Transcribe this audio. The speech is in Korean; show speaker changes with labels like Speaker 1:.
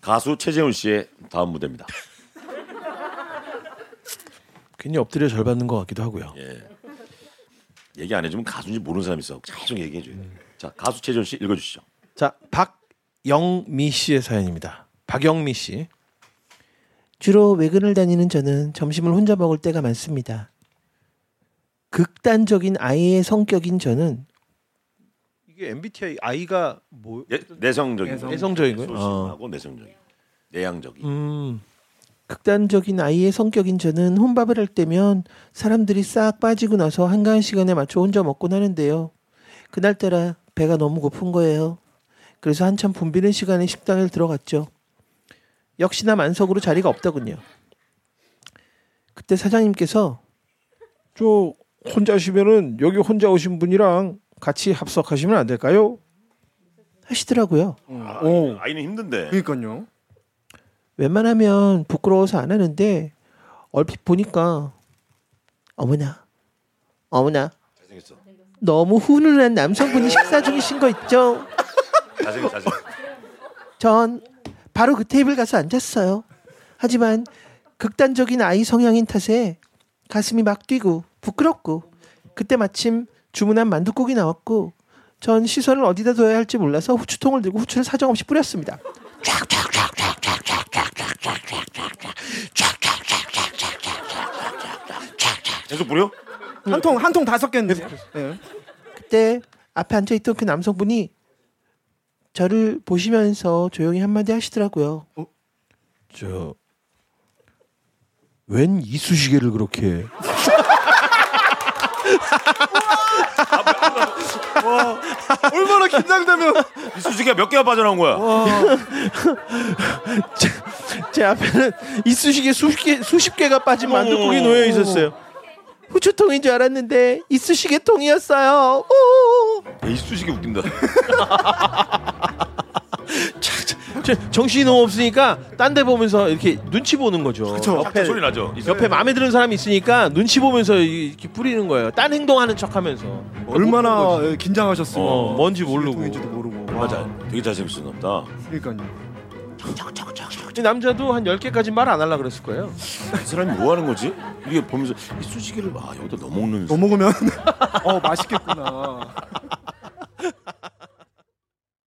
Speaker 1: 가수 최재훈 씨의 다음 무대입니다.
Speaker 2: 괜히 엎드려 절 받는 것 같기도 하고요.
Speaker 1: 얘기 안 해주면 가수인지 모르는 사람이 있어. 계속 얘기해 줘요. 자, 가수 최재훈 씨 읽어주시죠.
Speaker 2: 자, 박영미 씨의 사연입니다. 박영미 씨.
Speaker 3: 주로 외근을 다니는 저는 점심을 혼자 먹을 때가 많습니다. 극단적인 아이의 성격인 저는
Speaker 2: 이게 MBTI 아이가 뭐
Speaker 1: 예, 내성적인
Speaker 4: 내성.
Speaker 2: 내성적인 거예요? 어.
Speaker 1: 소심하고 내성적인 내향적인
Speaker 2: 음.
Speaker 3: 극단적인 아이의 성격인 저는 혼밥을 할 때면 사람들이 싹 빠지고 나서 한가한 시간에 맞춰 혼자 먹곤 하는데요. 그날따라 배가 너무 고픈 거예요. 그래서 한참 붐비는 시간에 식당에 들어갔죠. 역시나 만석으로 자리가 없더군요. 그때 사장님께서
Speaker 2: 저 혼자시면은 여기 혼자 오신 분이랑 같이 합석하시면 안 될까요?
Speaker 3: 하시더라고요.
Speaker 1: 아,
Speaker 4: 오.
Speaker 1: 아이는 힘든데
Speaker 4: 그러니까요.
Speaker 3: 웬만하면 부끄러워서 안 하는데 얼핏 보니까 어머나 어머나
Speaker 1: 잘생겼어
Speaker 3: 너무 훈훈한 남성분이 식사 중이신 거 있죠?
Speaker 1: 잘생겼어 잘생겼어
Speaker 3: 전 바로 그 테이블 가서 앉았어요. 하지만 극단적인 아이 성향인 탓에 가슴이 막 뛰고 부끄럽고 그때 마침 주문한 만둣국이 나왔고 전 시선을 어디다 둬야 할지 몰라서 후추통을 들고 후추를 사정없이 뿌렸습니다.
Speaker 1: 계속 부려?
Speaker 4: 한 통 한 통 다 섞였는데. 예.
Speaker 3: 그때 앞에 앉아 있던 그 남성분이 저를 보시면서 조용히 한마디 하시더라고요.
Speaker 2: 어? 저. 웬 이쑤시개를 그렇게
Speaker 4: 얼마나 긴장되면
Speaker 1: 이수지가 몇 개가 빠져나온 거야
Speaker 3: 제 앞에는 이쑤시개 수십 개 수십 개가 빠진 만둣국이 놓여 있었어요. 후추통인 줄 알았는데 이쑤시개 통이었어요. 오!
Speaker 1: 야, 이수지가 웃긴다
Speaker 2: 저- 정신이 너무 없으니까 딴 데 보면서 이렇게 눈치 보는 거죠.
Speaker 1: 갑자기 소리 나죠 이수-
Speaker 2: 옆에 마음에 드는 사람이 있으니까 눈치 보면서 이렇게 뿌리는 거예요. 딴 행동하는 척하면서
Speaker 4: 얼마나 예, 긴장하셨으면
Speaker 2: 어, 뭔지 모르고.
Speaker 4: 통인지도 모르고.
Speaker 1: 맞아
Speaker 4: 와,
Speaker 1: 되게 잘생겼어 없다
Speaker 4: 그러니까요.
Speaker 2: 이 남자도 한 10개까지 말 안 하려 그랬을 거예요.
Speaker 1: 이 사람이 뭐 하는 거지? 이게 보면서 이수지개를 아 여기다 넣어먹는
Speaker 4: 더 먹으면 어 맛있겠구나.